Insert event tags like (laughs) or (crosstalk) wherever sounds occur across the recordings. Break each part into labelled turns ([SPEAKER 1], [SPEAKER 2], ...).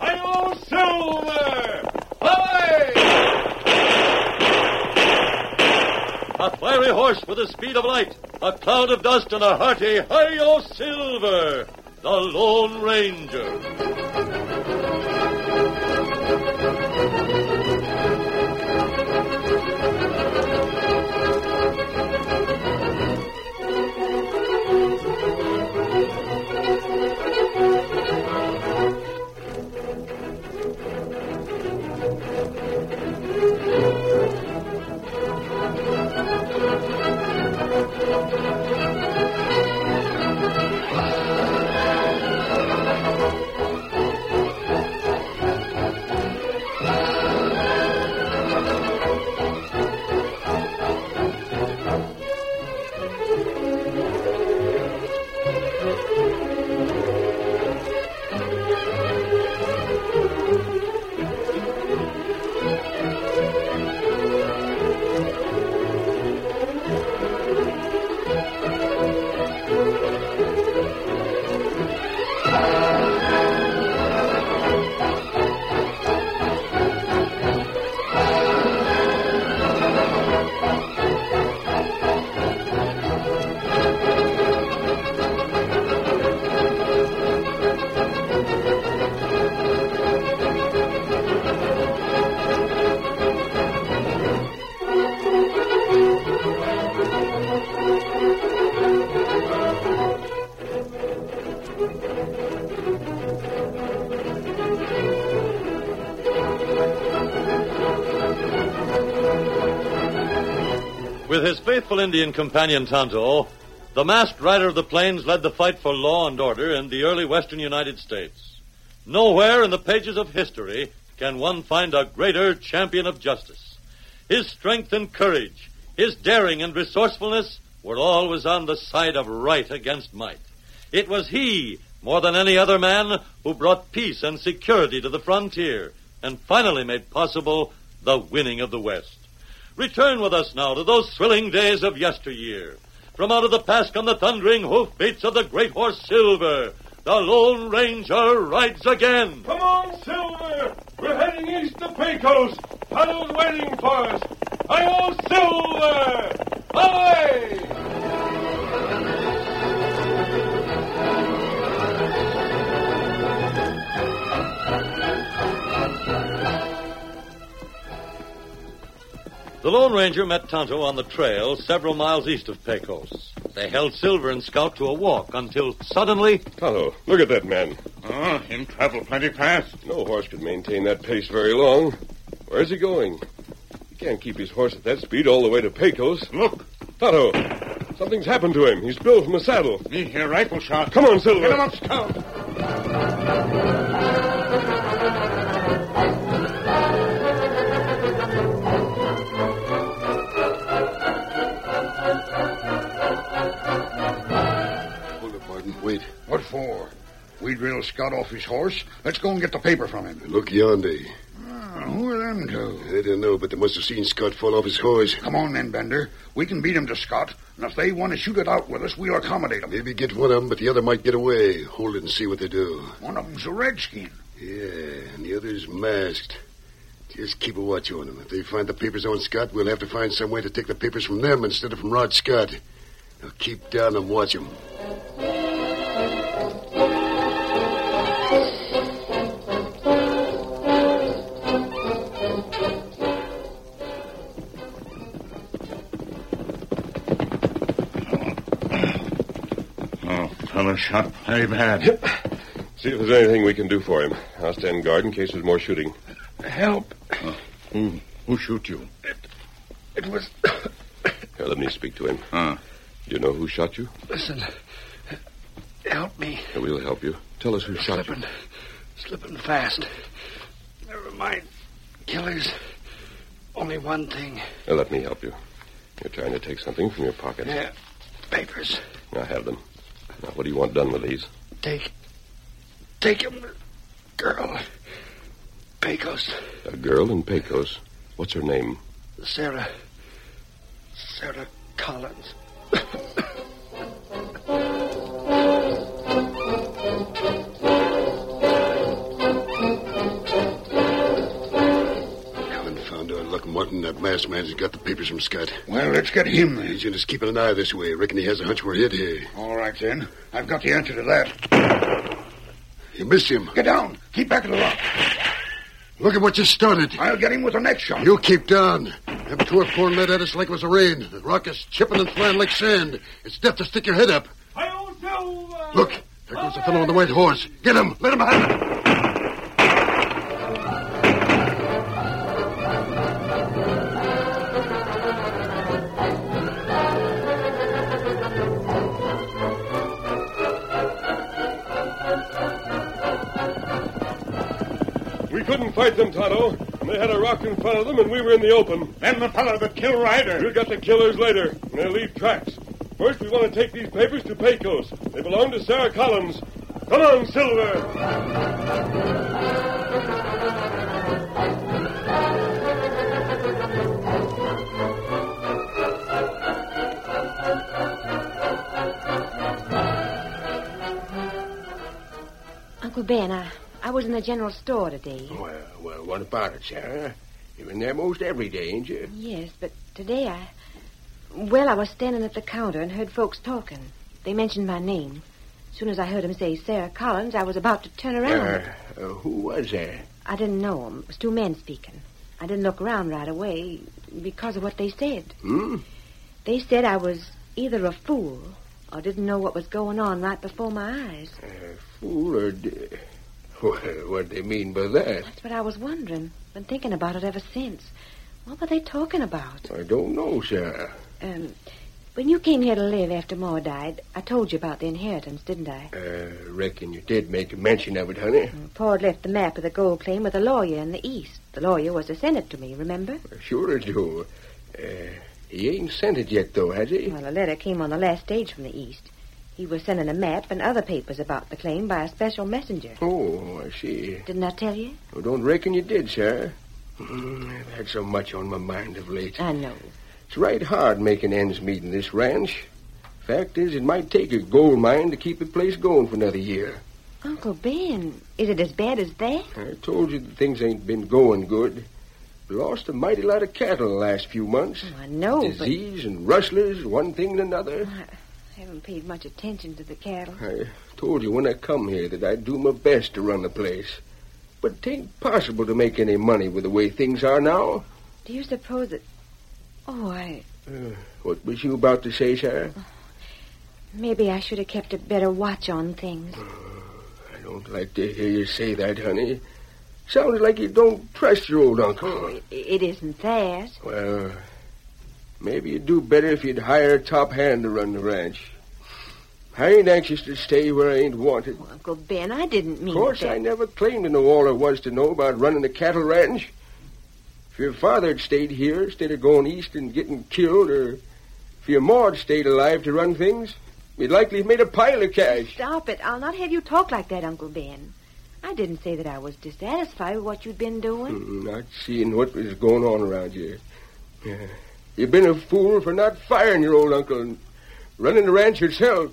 [SPEAKER 1] Hi-yo, Silver! Away! A fiery horse with the speed of light, a cloud of dust, and a hearty Hi-yo, Silver! The Lone Ranger. With his faithful Indian companion Tonto, the masked rider of the plains led the fight for law and order in the early western United States. Nowhere in the pages of history can one find a greater champion of justice. His strength and courage, his daring and resourcefulness were always on the side of right against might. It was he, more than any other man, who brought peace and security to the frontier and finally made possible the winning of the West. Return with us now to those thrilling days of yesteryear. From out of the past come the thundering hoofbeats of the great horse Silver. The Lone Ranger rides again.
[SPEAKER 2] Come on, Silver! We're heading east to Pecos. Tunnel's waiting for us. I owe Silver! Away!
[SPEAKER 1] The Lone Ranger met Tonto on the trail several miles east of Pecos. They held Silver and Scout to a walk until suddenly
[SPEAKER 2] Tonto, look at that man.
[SPEAKER 3] Oh, him travel plenty fast.
[SPEAKER 2] No horse could maintain that pace very long. Where's he going? He can't keep his horse at that speed all the way to Pecos.
[SPEAKER 3] Look,
[SPEAKER 2] Tonto, something's happened to him. He's spilled from the saddle.
[SPEAKER 3] me hear rifle shot.
[SPEAKER 2] Come on, Silver.
[SPEAKER 3] Get him up, Scout.
[SPEAKER 4] Hold it, Martin. Wait.
[SPEAKER 5] What for? We drilled Scott off his horse. Let's go and get the paper from him.
[SPEAKER 4] Look yonder.
[SPEAKER 5] Ah, who are them two?
[SPEAKER 4] I don't know, but they must have seen Scott fall off his horse.
[SPEAKER 5] Come on, then, Bender. We can beat 'em to Scott, and if they want to shoot it out with us, we'll accommodate 'em.
[SPEAKER 4] Maybe get one of them, but the other might get away. Hold it and see what they do.
[SPEAKER 5] One of 'em's a redskin.
[SPEAKER 4] Yeah, and the other's masked. Just keep a watch on them. If they find the papers on Scott, we'll have to find some way to take the papers from them instead of from Rod Scott. Now keep down and watch them.
[SPEAKER 3] Oh, fellow shot plenty bad.
[SPEAKER 2] See if there's anything we can do for him. I'll stand guard in case there's more shooting.
[SPEAKER 5] Help.
[SPEAKER 3] Who, who shoot you?
[SPEAKER 5] It was.
[SPEAKER 2] Here, let me speak to him.
[SPEAKER 3] Huh.
[SPEAKER 2] Do you know who shot you?
[SPEAKER 5] Listen. Help me.
[SPEAKER 2] We'll help you. Tell us who shot you.
[SPEAKER 5] Slipping. Slipping fast. Never mind. Killers. Only one thing.
[SPEAKER 2] Now, let me help you. You're trying to take something from your pocket.
[SPEAKER 5] Yeah.
[SPEAKER 4] papers.
[SPEAKER 2] I have them. Now, what do you want done with these?
[SPEAKER 4] Take. Take him. Girl. Pecos.
[SPEAKER 2] A girl in Pecos. What's her name?
[SPEAKER 4] Sarah. Sarah Collins. Confound her luck, Martin. That masked man's got the papers from Scott.
[SPEAKER 5] Well, let's get him then.
[SPEAKER 4] He's just keeping an eye this way. Reckon he has a hunch we're hid here.
[SPEAKER 5] All right, then. I've got the answer to that.
[SPEAKER 4] You missed him.
[SPEAKER 5] Get down. Keep back of the rock.
[SPEAKER 4] Look at what you started.
[SPEAKER 5] I'll get him with the next shot.
[SPEAKER 4] You keep down. Them tour pouring lead at us like it was a rain. The rock is chipping and flying like sand. It's death to stick your head up.
[SPEAKER 6] I'll silver!
[SPEAKER 4] Look, there goes the fellow on the white horse. Get him. Let him have it.
[SPEAKER 6] We couldn't fight them, Tonto. They had a rock in front of them, and we were in the open.
[SPEAKER 5] Then the fellow that killed Ryder.
[SPEAKER 6] We'll get the killers later, and they'll leave tracks. First, we want to take these papers to Pecos. They belong to Sarah Collins. Come on, Silver!
[SPEAKER 7] Uncle Ben, I, I was in the general store today.
[SPEAKER 8] Well, well, what about it, Sarah? You're in there most every day, ain't you?
[SPEAKER 7] Yes, but today I. Well, I was standing at the counter and heard folks talking. They mentioned my name. Soon as I heard 'em say Sarah Collins, I was about to turn around.
[SPEAKER 8] Uh, uh, who was there?
[SPEAKER 7] I didn't know 'em. It was two men speaking. I didn't look around right away because of what they said.
[SPEAKER 8] Hmm?
[SPEAKER 7] They said I was either a fool or didn't know what was going on right before my eyes.
[SPEAKER 8] Uh, fool or... D- (laughs) well, what do they mean by that?
[SPEAKER 7] That's what I was wondering. Been thinking about it ever since. What were they talking about?
[SPEAKER 8] I don't know, Sarah.
[SPEAKER 7] Um, when you came here to live after Ma died, I told you about the inheritance, didn't I?
[SPEAKER 8] Uh, reckon you did make a mention of it, honey.
[SPEAKER 7] Pa had left the map of the gold claim with a lawyer in the East. The lawyer was to send it to me, remember?
[SPEAKER 8] Sure I do. Uh, he ain't sent it yet, though, has he?
[SPEAKER 7] Well, a letter came on the last stage from the East. He was sending a map and other papers about the claim by a special messenger.
[SPEAKER 8] Oh, I see.
[SPEAKER 7] Didn't I tell you?
[SPEAKER 8] I don't reckon you did, Sarah. Mm, I've had so much on my mind of late.
[SPEAKER 7] I know.
[SPEAKER 8] It's right hard making ends meet in this ranch. Fact is, it might take a gold mine to keep the place going for another year.
[SPEAKER 7] Uncle Ben, is it as bad as (laughs) that?
[SPEAKER 8] I told you that things ain't been going good. Lost a mighty lot of cattle the last few months.
[SPEAKER 7] Oh, I know,
[SPEAKER 8] Disease and rustlers, one thing and another.
[SPEAKER 7] but I haven't paid much attention to the cattle.
[SPEAKER 8] I told you when I come here that I'd do my best to run the place. But it ain't possible to make any money with the way things are now.
[SPEAKER 7] Do you suppose that? Oh, I
[SPEAKER 8] What was you about to say, Sarah?
[SPEAKER 7] maybe I should have kept a better watch on things.
[SPEAKER 8] I don't like to hear you say that, honey. Sounds like you don't trust your old uncle.
[SPEAKER 7] I- It isn't theirs.
[SPEAKER 8] Well, maybe you'd do better if you'd hire a top hand to run the ranch. I ain't anxious to stay where I ain't wanted.
[SPEAKER 7] Oh, Uncle Ben, I didn't mean
[SPEAKER 8] Of course,
[SPEAKER 7] that.
[SPEAKER 8] I never claimed to know all there was to know about running the cattle ranch. If your father had stayed here instead of going east and getting killed, or if your ma had stayed alive to run things, we'd likely have made a pile of cash.
[SPEAKER 7] Stop it. I'll not have you talk like that, Uncle Ben. I didn't say that I was dissatisfied with what you'd been doing.
[SPEAKER 8] Mm, Not seeing what was going on around here. Yeah. You've been a fool for not firing your old uncle and running the ranch yourself.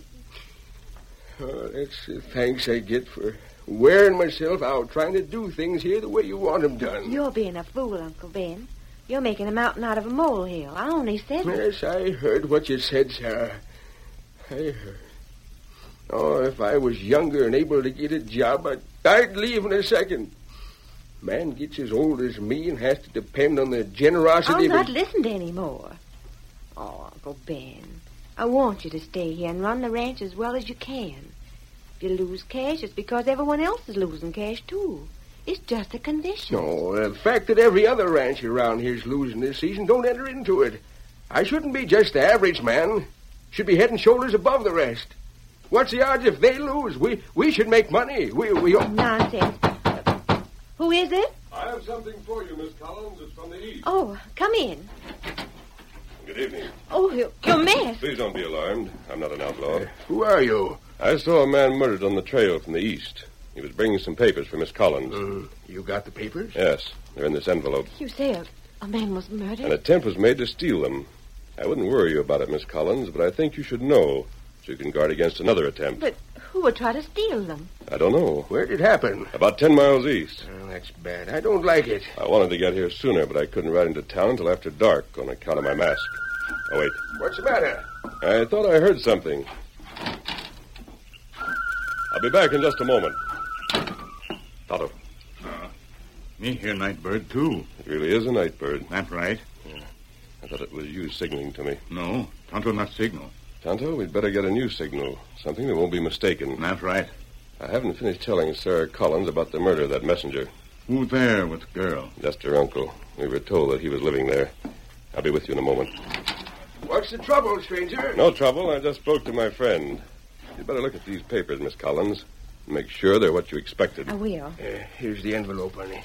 [SPEAKER 8] Oh, that's the thanks I get for wearing myself out trying to do things here the way you want 'em Hmm, done.
[SPEAKER 7] You're being a fool, Uncle Ben. You're making a mountain out of a molehill. I only said it.
[SPEAKER 8] Yes, I heard what you said, Sarah. I heard. Oh, if I was younger and able to get a job, I'd, I'd leave in a second. Man gets as old as me and has to depend on the generosity
[SPEAKER 7] I'll
[SPEAKER 8] of his-
[SPEAKER 7] not listen to any more. Oh, Uncle Ben, I want you to stay here and run the ranch as well as you can. If you lose cash, it's because everyone else is losing cash, too. It's just a condition.
[SPEAKER 8] No, the fact that every other ranch around here's losing this season, don't enter into it. I shouldn't be just the average man. Should be head and shoulders above the rest. What's the odds if they lose? We we should make money. We we
[SPEAKER 7] Nonsense. Who is it?
[SPEAKER 6] I have something for you, Miss Collins. It's from the east.
[SPEAKER 7] Oh, come in.
[SPEAKER 9] Good evening.
[SPEAKER 7] Oh, you're, you're mad.
[SPEAKER 2] Please don't be alarmed. I'm not an outlaw.
[SPEAKER 4] Who are you?
[SPEAKER 2] I saw a man murdered on the trail from the east. He was bringing some papers for Miss Collins.
[SPEAKER 6] Mm.
[SPEAKER 4] you got the papers?
[SPEAKER 2] Yes, they're in this envelope.
[SPEAKER 7] You say a, a man was
[SPEAKER 2] An
[SPEAKER 7] murdered?
[SPEAKER 2] attempt was made to steal them. I wouldn't worry you about it, Miss Collins, but I think you should know so you can guard against another attempt.
[SPEAKER 7] But who would try to steal them?
[SPEAKER 2] I don't know.
[SPEAKER 4] Where did it happen?
[SPEAKER 2] About ten miles east.
[SPEAKER 8] Oh,
[SPEAKER 4] Well, that's bad. I don't like it.
[SPEAKER 2] I wanted to get here sooner, but I couldn't ride into town until after dark on account of my mask. Oh, wait.
[SPEAKER 4] What's the matter?
[SPEAKER 2] I thought I heard something. I'll be back in just a moment. Toto,
[SPEAKER 3] Me here, Nightbird, too.
[SPEAKER 2] it really is a night bird.
[SPEAKER 3] That right?
[SPEAKER 2] I thought it was you signaling to me.
[SPEAKER 3] No, Tonto not signal.
[SPEAKER 2] Tonto, we'd better get a new signal, something that won't be mistaken.
[SPEAKER 3] That right.
[SPEAKER 2] I haven't finished telling Sarah Collins about the murder of that messenger.
[SPEAKER 3] Who there with girl?
[SPEAKER 2] Just her uncle. We were told that he was living there. I'll be with you in a moment.
[SPEAKER 8] What's the trouble, stranger?
[SPEAKER 2] No trouble. I just spoke to my friend. You better look at these papers, Miss Collins. and Make sure they're what you expected.
[SPEAKER 7] I will.
[SPEAKER 8] Uh, here's the envelope, honey.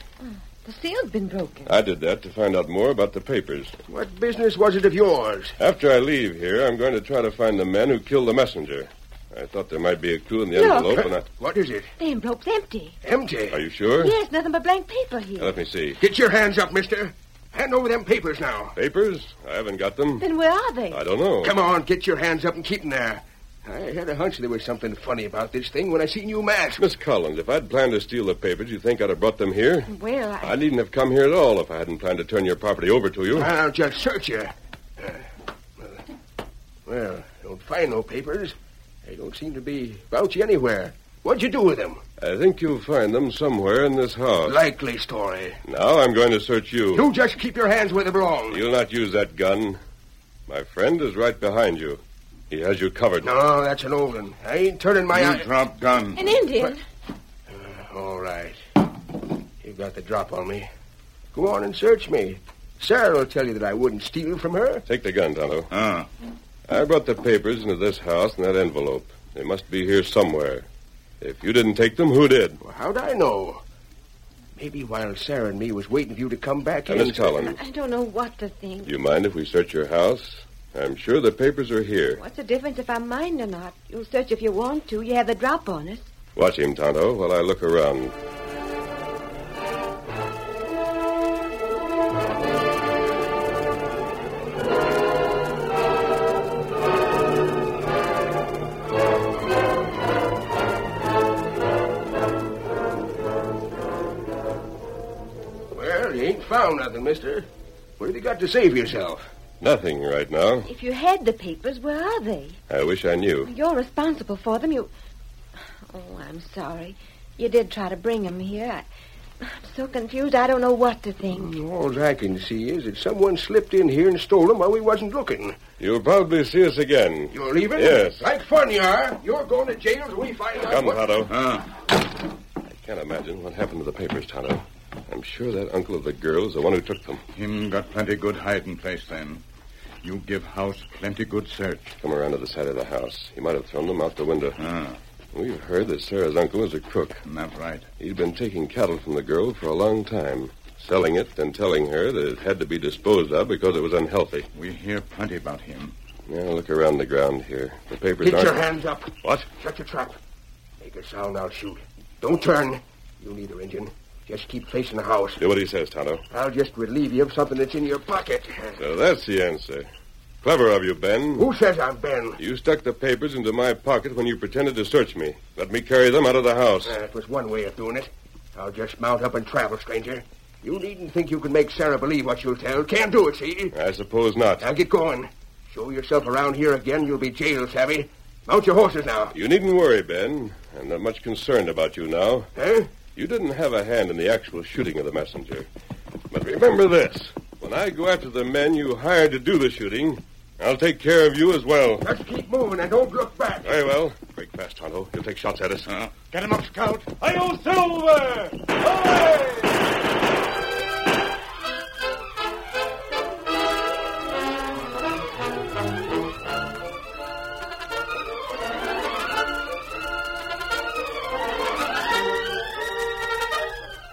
[SPEAKER 7] The seal's been broken.
[SPEAKER 2] I did that to find out more about the papers.
[SPEAKER 8] What business was it of yours?
[SPEAKER 2] After I leave here, I'm going to try to find the man who killed the messenger. I thought there might be a clue in the
[SPEAKER 7] Look.
[SPEAKER 2] envelope, and I...
[SPEAKER 8] What is it?
[SPEAKER 7] The envelope's empty.
[SPEAKER 8] Empty.
[SPEAKER 2] Are you sure?
[SPEAKER 7] Yes, nothing but blank paper here.
[SPEAKER 2] Let me see.
[SPEAKER 8] Get your hands up, mister. Hand over them papers now.
[SPEAKER 2] Papers? I haven't got them.
[SPEAKER 7] Then where are they?
[SPEAKER 2] I don't know.
[SPEAKER 8] Come on, get your hands up and keep them there. I had a hunch there was something funny about this thing when I seen you masked.
[SPEAKER 2] Miss Collins, if I'd planned to steal the papers, you think I'd have brought them here?
[SPEAKER 7] Well, I...
[SPEAKER 2] I needn't have come here at all if I hadn't planned to turn your property over to
[SPEAKER 5] Ah,
[SPEAKER 2] you.
[SPEAKER 8] I'll just search you. Uh, well, don't find no papers. They don't seem to be about you anywhere. What'd you do with them?
[SPEAKER 2] I think you'll find them somewhere in this house.
[SPEAKER 8] Likely story.
[SPEAKER 2] Now I'm going to search you.
[SPEAKER 8] You just keep your hands where they belong.
[SPEAKER 2] You'll not use that gun. My friend is right behind you. He has you covered.
[SPEAKER 8] No, that's an old one. I ain't turning my
[SPEAKER 3] you
[SPEAKER 8] eye.
[SPEAKER 3] drop gun.
[SPEAKER 7] An Indian.
[SPEAKER 8] All right. You've got the drop on me. Go on and search me. Sarah will tell you that I wouldn't steal from her.
[SPEAKER 2] Take the gun, Tonto.
[SPEAKER 3] Ah,
[SPEAKER 2] I brought the papers into this house in that envelope. They must be here somewhere. If you didn't take them, who did?
[SPEAKER 8] Well, how'd I know? Maybe while Sarah and me was waiting for you to come back
[SPEAKER 2] Now,
[SPEAKER 8] in.
[SPEAKER 2] Miss Collins,
[SPEAKER 7] I don't know what to think.
[SPEAKER 2] do you mind if we search your house? I'm sure the papers are here.
[SPEAKER 7] What's the difference if I mind or not? You'll search if you want to. You have the drop on us.
[SPEAKER 2] Watch him, Tonto, while I look around.
[SPEAKER 8] Well, you ain't found nothing, mister. What have you got to say for yourself?
[SPEAKER 2] Nothing right now.
[SPEAKER 7] If you had the papers, where are they?
[SPEAKER 2] I wish I knew.
[SPEAKER 7] You're responsible for them. You. Oh, I'm sorry. You did try to bring them here. I... I'm so confused. I don't know what to
[SPEAKER 2] Mm.
[SPEAKER 7] think.
[SPEAKER 8] All I can see is that someone slipped in here and stole them while we wasn't looking.
[SPEAKER 2] You'll probably see us again.
[SPEAKER 8] You're leaving?
[SPEAKER 2] Yes.
[SPEAKER 8] Like fun you are. You're going to jail till we find out.
[SPEAKER 2] Come,
[SPEAKER 8] what...
[SPEAKER 2] Tonto.
[SPEAKER 3] ah.
[SPEAKER 2] I can't imagine what happened to the papers, Tonto. I'm sure that uncle of the girl is the one who took them.
[SPEAKER 3] Him got plenty good hiding place then. You give house plenty good search.
[SPEAKER 2] Come around to the side of the house. He might have thrown them out the window.
[SPEAKER 3] Ah,
[SPEAKER 2] We've heard that Sarah's uncle is a crook.
[SPEAKER 3] that right.
[SPEAKER 2] He'd been taking cattle from the girl for a long time, selling it and telling her that it had to be disposed of because it was unhealthy.
[SPEAKER 3] We hear plenty about him.
[SPEAKER 2] Now look around the ground here. The papers
[SPEAKER 8] Get
[SPEAKER 2] aren't.
[SPEAKER 8] your hands up.
[SPEAKER 2] What?
[SPEAKER 8] Shut your trap. Make a sound, I'll shoot. Don't turn. You neither, Indian. Just keep facing the house.
[SPEAKER 2] Do what he says, Tonto.
[SPEAKER 8] I'll just relieve you of something that's in your pocket.
[SPEAKER 2] So that's the answer. Clever of you, Ben.
[SPEAKER 8] Who says I'm Ben?
[SPEAKER 2] You stuck the papers into my pocket when you pretended to search me. Let me carry them out of the house.
[SPEAKER 8] That was one way of doing Uh, it. I'll just mount up and travel, stranger. You needn't think you can make Sarah believe what you'll tell. Can't do it, see?
[SPEAKER 2] I suppose not.
[SPEAKER 8] Now get going. Show yourself around here again, you'll be jailed, savvy. Mount your horses now.
[SPEAKER 2] You needn't worry, Ben. I'm not much concerned about you now.
[SPEAKER 8] Huh?
[SPEAKER 2] You didn't have a hand in the actual shooting of the messenger. But remember this when I go after the men you hired to do the shooting, I'll take care of you as well.
[SPEAKER 8] Just keep moving and don't look back.
[SPEAKER 2] Very well. Break fast, Tonto. You'll take shots at us.
[SPEAKER 3] Get him up, Scout.
[SPEAKER 6] I owe silver! Away!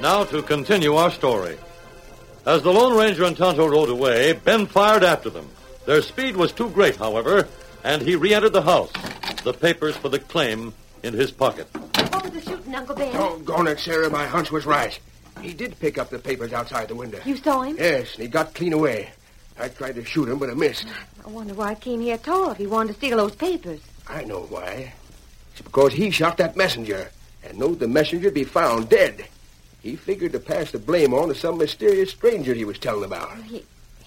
[SPEAKER 1] Now to continue our story. As the Lone Ranger and Tonto rode away, Ben fired after them. Their speed was too great, however, and he re-entered the house, the papers for the claim in his pocket.
[SPEAKER 7] What was the shooting, Uncle Ben?
[SPEAKER 2] Oh.
[SPEAKER 8] Doggone it, Sarah, my hunch was right. He did pick up the papers outside the window.
[SPEAKER 7] You saw him?
[SPEAKER 8] Yes, and he got clean away. I tried to shoot him, but I missed.
[SPEAKER 7] I wonder why he came here at all if he wanted to steal those papers.
[SPEAKER 8] I know why. It's because he shot that messenger and knowed the messenger be found dead. He figured to pass the blame on to some mysterious stranger he was telling about.
[SPEAKER 7] He,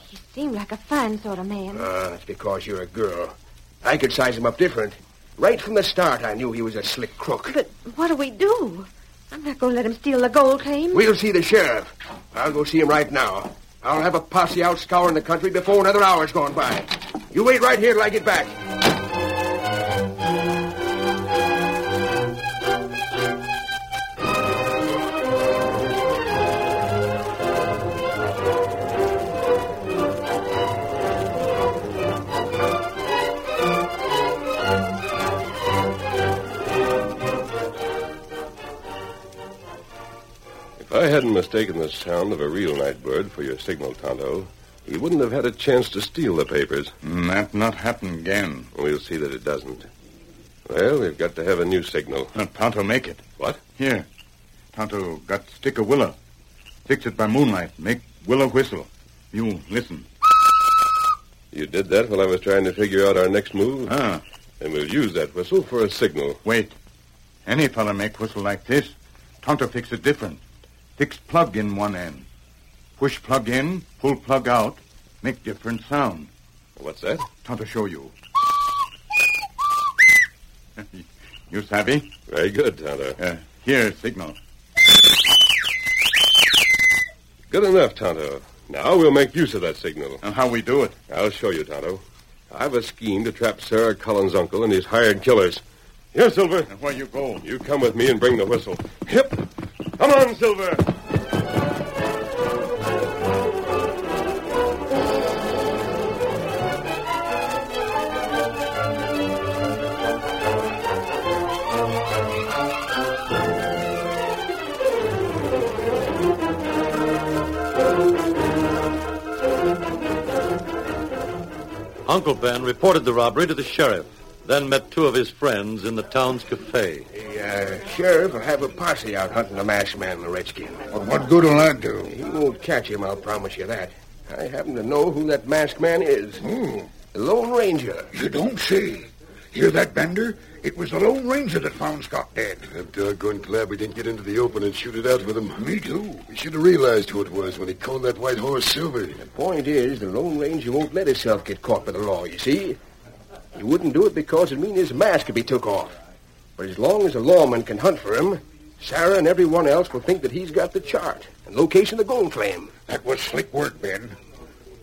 [SPEAKER 7] he seemed like a fine sort of man.
[SPEAKER 8] Ah, it's because you're a girl. I could size him up different. Right from the start, I knew he was a slick crook.
[SPEAKER 7] But what do we do? I'm not going to let him steal the gold claim.
[SPEAKER 8] We'll see the sheriff. I'll go see him right now. I'll have a posse out scouring the country before another hour's gone by. You wait right here till I get back.
[SPEAKER 2] If I hadn't mistaken the sound of a real night bird for your signal, Tonto, he wouldn't have had a chance to steal the papers.
[SPEAKER 3] Mm, That not happen again.
[SPEAKER 2] We'll see that it doesn't. Well, we've got to have a new signal.
[SPEAKER 3] Now, Tonto make it.
[SPEAKER 2] What?
[SPEAKER 3] Here. Tonto got stick of willow. Fix it by moonlight. Make willow whistle. You listen.
[SPEAKER 2] You did that while I was trying to figure out our next move,
[SPEAKER 3] Ah,
[SPEAKER 2] and we'll use that whistle for a signal.
[SPEAKER 3] wait. Any fella make whistle like this. Tonto fix it different. Fix plug in one end. Push plug in, pull plug out. Make different sound.
[SPEAKER 2] What's that?
[SPEAKER 3] Tonto show you. (laughs) you savvy?
[SPEAKER 2] Very good, Tonto.
[SPEAKER 3] Uh, here, signal.
[SPEAKER 2] Good enough, Tonto. Now we'll make use of that signal.
[SPEAKER 3] And how we do it?
[SPEAKER 2] I'll show you, Tonto. I've a scheme to trap Sarah Cullen's uncle and his hired killers. Here, Silver.
[SPEAKER 3] And where you go?
[SPEAKER 2] You come with me and bring the whistle. Hip! Come on, Silver!
[SPEAKER 1] Uncle Ben reported the robbery to the sheriff, then met two of his friends in the town's cafe.
[SPEAKER 8] The uh, sheriff will have a posse out hunting the masked man and the redskin.
[SPEAKER 5] But what good will that do?
[SPEAKER 8] He won't catch him, I'll promise you that. I happen to know who that masked man is.
[SPEAKER 5] Hmm.
[SPEAKER 8] The Lone Ranger.
[SPEAKER 5] You don't see. Hear that, Bender? It was the Lone Ranger that found Scott dead.
[SPEAKER 4] I'm doggone glad we didn't get into the open and shoot it out with him.
[SPEAKER 5] Me too.
[SPEAKER 4] We should have realized who it was when he called that white horse Silver.
[SPEAKER 8] Point is, the Lone Ranger won't let himself get caught by the law, you see. He wouldn't do it because it'd mean his mask could be took off. But as long as a lawman can hunt for him, Sarah and everyone else will think that he's got the chart and location of the gold claim.
[SPEAKER 5] That was slick work, Ben.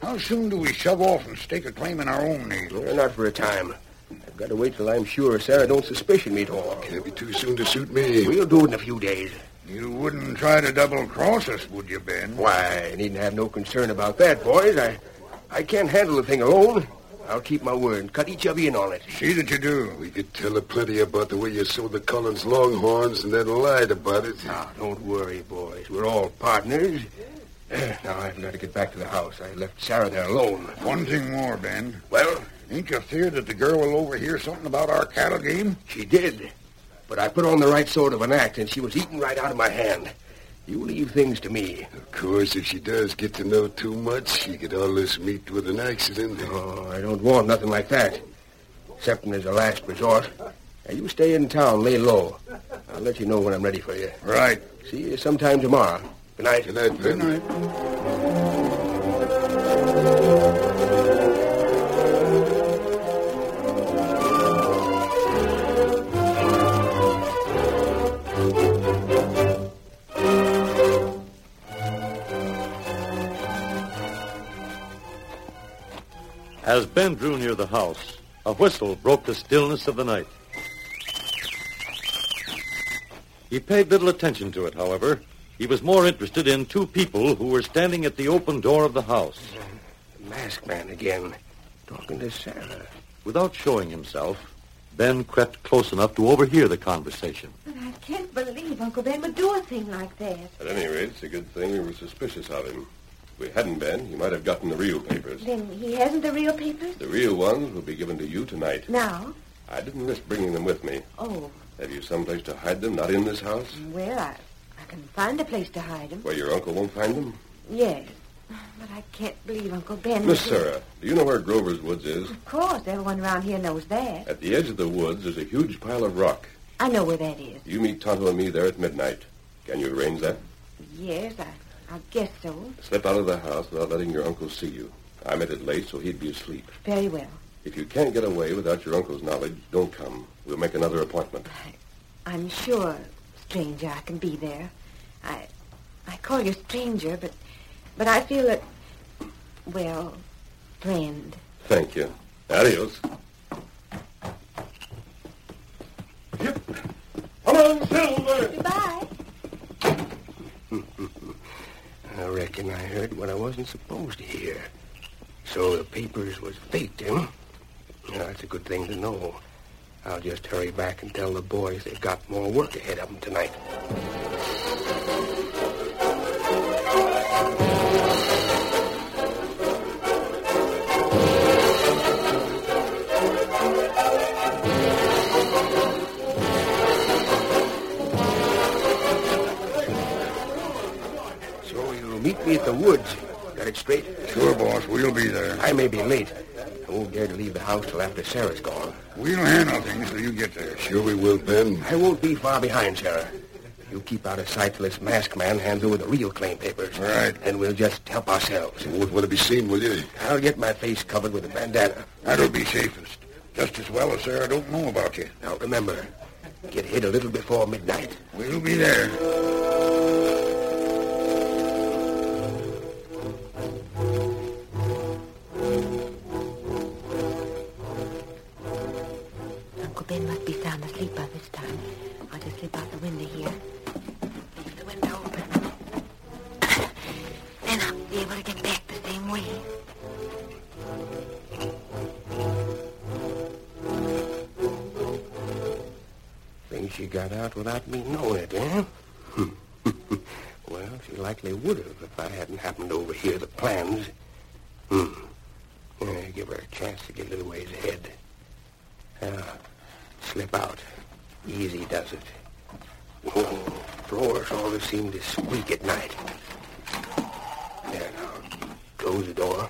[SPEAKER 5] How soon do we shove off and stake a claim in our own needle?
[SPEAKER 8] Well, not for a time. I've got to wait till I'm sure Sarah don't suspicion me at all.
[SPEAKER 4] Can't be too soon to shoot me.
[SPEAKER 8] We'll do it in a few days.
[SPEAKER 5] You wouldn't try to double cross us, would you, Ben?
[SPEAKER 8] Why, I needn't have no concern about that, boys. I, I can't handle the thing alone. I'll keep my word and cut each of you in on it.
[SPEAKER 5] See that you do.
[SPEAKER 4] We could tell her plenty about the way you sold the Collins Longhorns and then lied about it.
[SPEAKER 8] Now, don't worry, boys. We're all partners. Now, I've got to get back to the house. I left Sarah there alone.
[SPEAKER 5] One thing more, Ben.
[SPEAKER 8] Well,
[SPEAKER 5] Ain't you feared that the girl will overhear something about our cattle game?
[SPEAKER 8] she did. But I put on the right sort of an act, and she was eaten right out of my hand. You leave things to me.
[SPEAKER 4] Of course, if she does get to know too much, she could always meet with an accident.
[SPEAKER 8] Oh, I don't want nothing like that. Excepting as a last resort. Now, you stay in town, lay low. I'll let you know when I'm ready for you.
[SPEAKER 5] Right.
[SPEAKER 8] See you sometime tomorrow. Good night.
[SPEAKER 4] Good night, Ben.
[SPEAKER 1] As Ben drew near the house, a whistle broke the stillness of the night. He paid little attention to it, however. He was more interested in two people who were standing at the open door of the house.
[SPEAKER 8] Masked man again. Talking to Sarah.
[SPEAKER 1] Without showing himself, Ben crept close enough to overhear the conversation.
[SPEAKER 7] But I can't believe Uncle Ben would do a thing like that.
[SPEAKER 2] At any rate, it's a good thing we were suspicious of him. If we hadn't been, he might have gotten the real papers.
[SPEAKER 7] Then he hasn't the real papers?
[SPEAKER 2] The real ones will be given to you tonight.
[SPEAKER 7] Now?
[SPEAKER 2] I didn't risk bringing them with me.
[SPEAKER 7] Oh,
[SPEAKER 2] Have you someplace to hide them, not in this house?
[SPEAKER 7] well, I, I can find a place to hide them.
[SPEAKER 2] Where your uncle won't find them?
[SPEAKER 7] Yes. But I can't believe Uncle Ben.
[SPEAKER 2] Miss
[SPEAKER 7] would do-
[SPEAKER 2] Sarah, do you know where Grover's Woods is?
[SPEAKER 7] Of course, everyone around here knows that.
[SPEAKER 2] At the edge of the woods is a huge pile of rock.
[SPEAKER 7] I know where that is.
[SPEAKER 2] You meet Tonto and me there at midnight. Can you arrange that?
[SPEAKER 7] Yes, I, I guess so.
[SPEAKER 2] Slip out of the house without letting your uncle see you. I made it late, so he'd be asleep.
[SPEAKER 7] Very well.
[SPEAKER 2] If you can't get away without your uncle's knowledge, don't come. We'll make another appointment.
[SPEAKER 7] I'm sure, stranger, I can be there. I, I call you stranger, but, but I feel that, well, friend.
[SPEAKER 2] Thank you. Adios.
[SPEAKER 6] Come on, Silver!
[SPEAKER 7] Goodbye.
[SPEAKER 8] I reckon I heard what I wasn't supposed to hear. So the papers was faked, huh? Now, that's a good thing to know. I'll just hurry back and tell the boys they've got more work ahead of them tonight. So you'll meet me at the woods. Got it straight?
[SPEAKER 5] Oh, Sure, boss. We'll be there.
[SPEAKER 8] I may be late. I won't dare to leave the house till after Sarah's gone.
[SPEAKER 5] We'll handle things till you get there.
[SPEAKER 4] Sure we will, Ben.
[SPEAKER 8] I won't be far behind, Sarah. You keep out of sight till this masked man hands over the real claim papers.
[SPEAKER 5] All right.
[SPEAKER 8] And we'll just help ourselves.
[SPEAKER 4] You won't want to be seen, will you?
[SPEAKER 8] I'll get my face covered with a bandana.
[SPEAKER 5] That'll be safest. Just as well as Sarah don't know about you.
[SPEAKER 8] Now, remember, get hid a little before midnight.
[SPEAKER 5] We'll be there.
[SPEAKER 7] Uncle Ben must be sound asleep by this time. I'll just slip out the window here. Leave the window open. (coughs) then I'll be able to get back the same way.
[SPEAKER 8] Think she got out without me knowing it, eh? well, she likely would have if I hadn't happened to overhear the plans. Hmm. Yeah, give her a chance to get a little ways ahead. Ah, slip out. Easy does it. Whoa, drawers always seem to squeak at night. There now. Close the door.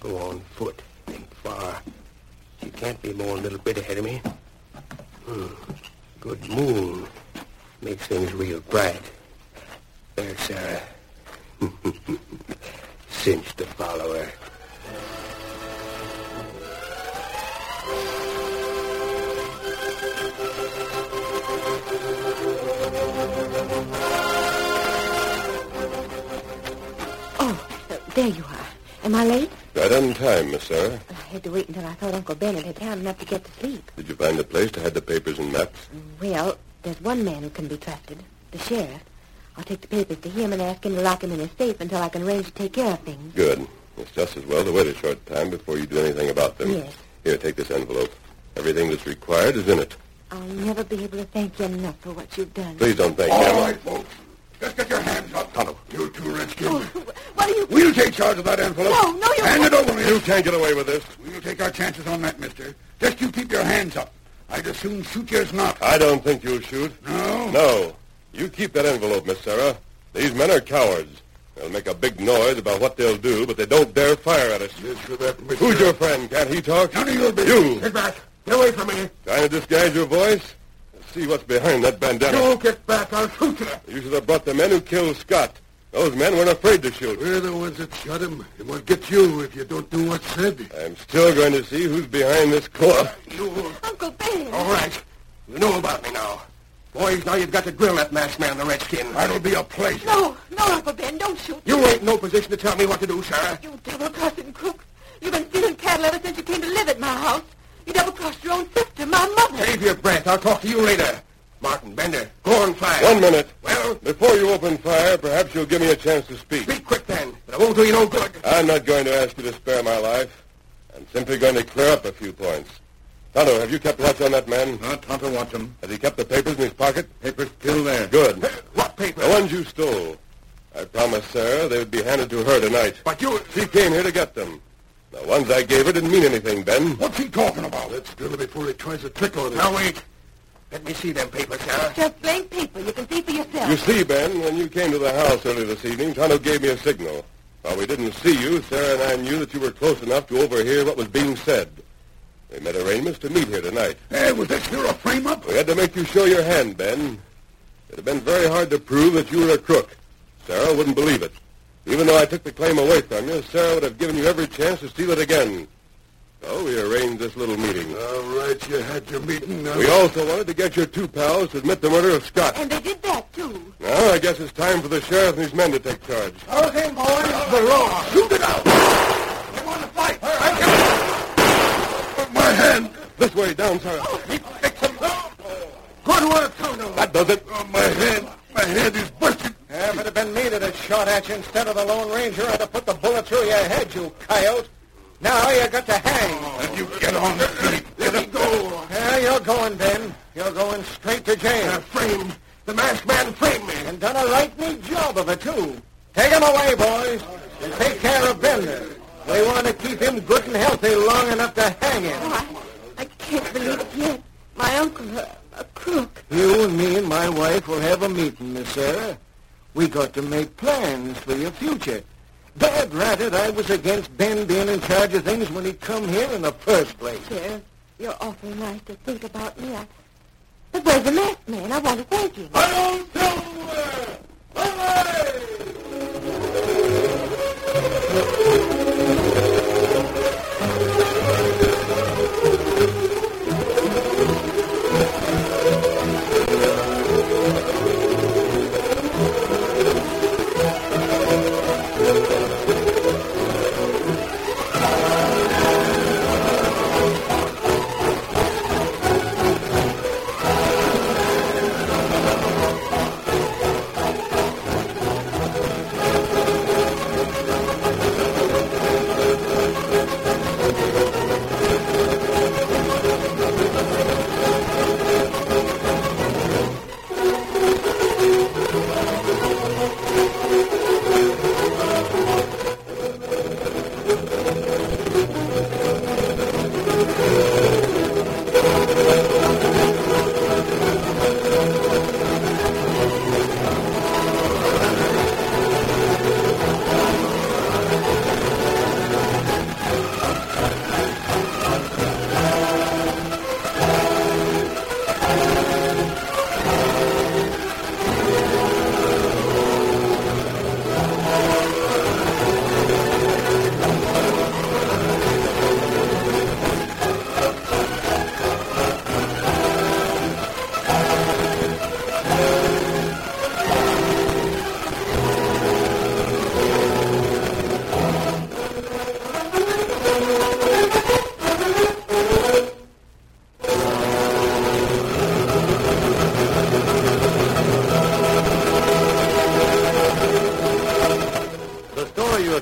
[SPEAKER 8] Go on foot. Think far. She can't be more than a little bit ahead of me. Hmm. Good moon. Makes things real bright. There's Sarah. Cinch to follow her.
[SPEAKER 7] Oh, uh, there you are. Am I late?
[SPEAKER 2] Right on time, Miss Sarah.
[SPEAKER 7] I had to wait until I thought Uncle Ben had had time enough to get to sleep.
[SPEAKER 2] Did you find a place to hide the papers and maps?
[SPEAKER 7] Well, there's one man who can be trusted, the sheriff. I'll take the papers to him and ask him to lock him in his safe until I can arrange to take care of things.
[SPEAKER 2] Good. It's just as well to wait a short time before you do anything about them.
[SPEAKER 7] Yes.
[SPEAKER 2] Here, take this envelope. Everything that's required is in it.
[SPEAKER 7] I'll never be able to thank you enough for what you've done.
[SPEAKER 2] Please don't thank
[SPEAKER 3] All
[SPEAKER 2] me.
[SPEAKER 3] right, folks. Just get your hands up. Tonto. You two redskins.
[SPEAKER 7] Oh, What are you...
[SPEAKER 3] We'll take charge of that envelope.
[SPEAKER 7] No, no, you
[SPEAKER 3] Hand it over, miss.
[SPEAKER 2] You can't get away with this.
[SPEAKER 3] We'll take our chances on that, mister. Just you keep your hands up. I'd as soon shoot you as not.
[SPEAKER 2] I don't think you'll shoot.
[SPEAKER 3] No?
[SPEAKER 2] No. You keep that envelope, Miss Sarah. These men are cowards. They'll make a big noise about what they'll do, but they don't dare fire at us.
[SPEAKER 3] Yes, for that, mister.
[SPEAKER 2] Who's your friend? Can't he talk?
[SPEAKER 3] None of your business.
[SPEAKER 2] You!
[SPEAKER 3] Get back. Get away from me.
[SPEAKER 2] Trying to disguise your voice? Let's see what's behind that bandana.
[SPEAKER 3] You get back. I'll shoot you.
[SPEAKER 2] You should have brought the men who killed Scott. Those men weren't afraid to shoot.
[SPEAKER 3] We're the ones that shot him, and we'll get you if you don't do what's said.
[SPEAKER 2] I'm still going to see who's behind this claw.
[SPEAKER 3] You.
[SPEAKER 7] Uncle Ben.
[SPEAKER 3] All right. You know about me now. Boys, now you've got to grill that masked man, the redskin. That'll be a pleasure.
[SPEAKER 7] No, no, Uncle Ben, don't shoot.
[SPEAKER 3] You ain't in no position to tell me what to do, Sarah.
[SPEAKER 7] You double-crossing crook. You've been stealing cattle ever since you came to live at my house. You double-crossed your own sister, my mother.
[SPEAKER 3] Save your breath. I'll talk to you later. Martin, Bender, go on fire.
[SPEAKER 2] One minute.
[SPEAKER 3] Well,
[SPEAKER 2] Before you open fire, perhaps you'll give me a chance to speak.
[SPEAKER 3] be quick then, but it won't do you no good.
[SPEAKER 2] I'm not going to ask you to spare my life. I'm simply going to clear up a few points. Tonto, have you kept watch on that man?
[SPEAKER 10] Uh, Tonto wants 'em.
[SPEAKER 2] Has he kept the papers in his pocket?
[SPEAKER 10] Papers still there.
[SPEAKER 2] Good.
[SPEAKER 3] Uh, What paper?
[SPEAKER 2] The ones you stole. I promised Sarah they would be handed to her tonight.
[SPEAKER 3] But you...
[SPEAKER 2] She came here to get them. The ones I gave her didn't mean anything, Ben.
[SPEAKER 3] What's he talking about? Let's
[SPEAKER 11] Drill him before he tries a trick on us.
[SPEAKER 3] Now, wait. Let me see them papers, Sarah.
[SPEAKER 7] Just plain paper. You can see for yourself.
[SPEAKER 2] You see, Ben, when you came to the house early this evening, Tonto gave me a signal. While we didn't see you, Sarah and I knew that you were close enough to overhear what was being said. We made arrangements to meet here tonight.
[SPEAKER 3] Hey, was this here a frame-up?
[SPEAKER 2] We had to make you show your hand, Ben. It'd have been very hard to prove that you were a crook. Sarah wouldn't believe it. Even though I took the claim away from you, Sarah would have given you every chance to steal it again. So we arranged this little meeting.
[SPEAKER 11] All right, you had your meeting. uh, Now,
[SPEAKER 2] We also wanted to get your two pals to admit the murder of Scott.
[SPEAKER 7] And they did that, too.
[SPEAKER 2] Now Oh, I guess it's time for the sheriff and his men to take charge.
[SPEAKER 3] Okay, boys. The law. Shoot it out. You want to fight? All right. My hand.
[SPEAKER 2] This way, down, Sarah.
[SPEAKER 3] Good work, Tonto.
[SPEAKER 2] That does it.
[SPEAKER 3] my hand. My hand is busted.
[SPEAKER 1] If it had been me that had shot at you instead of the Lone Ranger, I'd have put the bullet through your head, you coyote. Now you got to hang.
[SPEAKER 3] Oh, And you get on the street. Let it go.
[SPEAKER 1] Yeah, you're going, Ben. You're going straight to
[SPEAKER 3] Uh,
[SPEAKER 1] jail.
[SPEAKER 3] frame. The masked man framed me.
[SPEAKER 1] And done a right neat job of it, too. Take him away, boys. And take care of Bender. We want to keep him good and healthy long enough to hang him.
[SPEAKER 7] Oh, I, I can't believe it yet. My uncle, a, a crook.
[SPEAKER 1] You and me and my wife will have a meeting, Miss Sarah. We got to make plans for your future. Dad ratted I was against Ben being in charge of things when he come here in the first place.
[SPEAKER 7] Sheriff, you're awful nice to think about me. I, but where's the masked man? I want to thank him.
[SPEAKER 3] Hello, Silver. Away.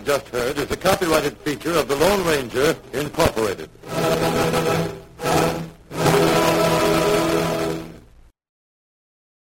[SPEAKER 1] just heard is a copyrighted feature of The Lone Ranger.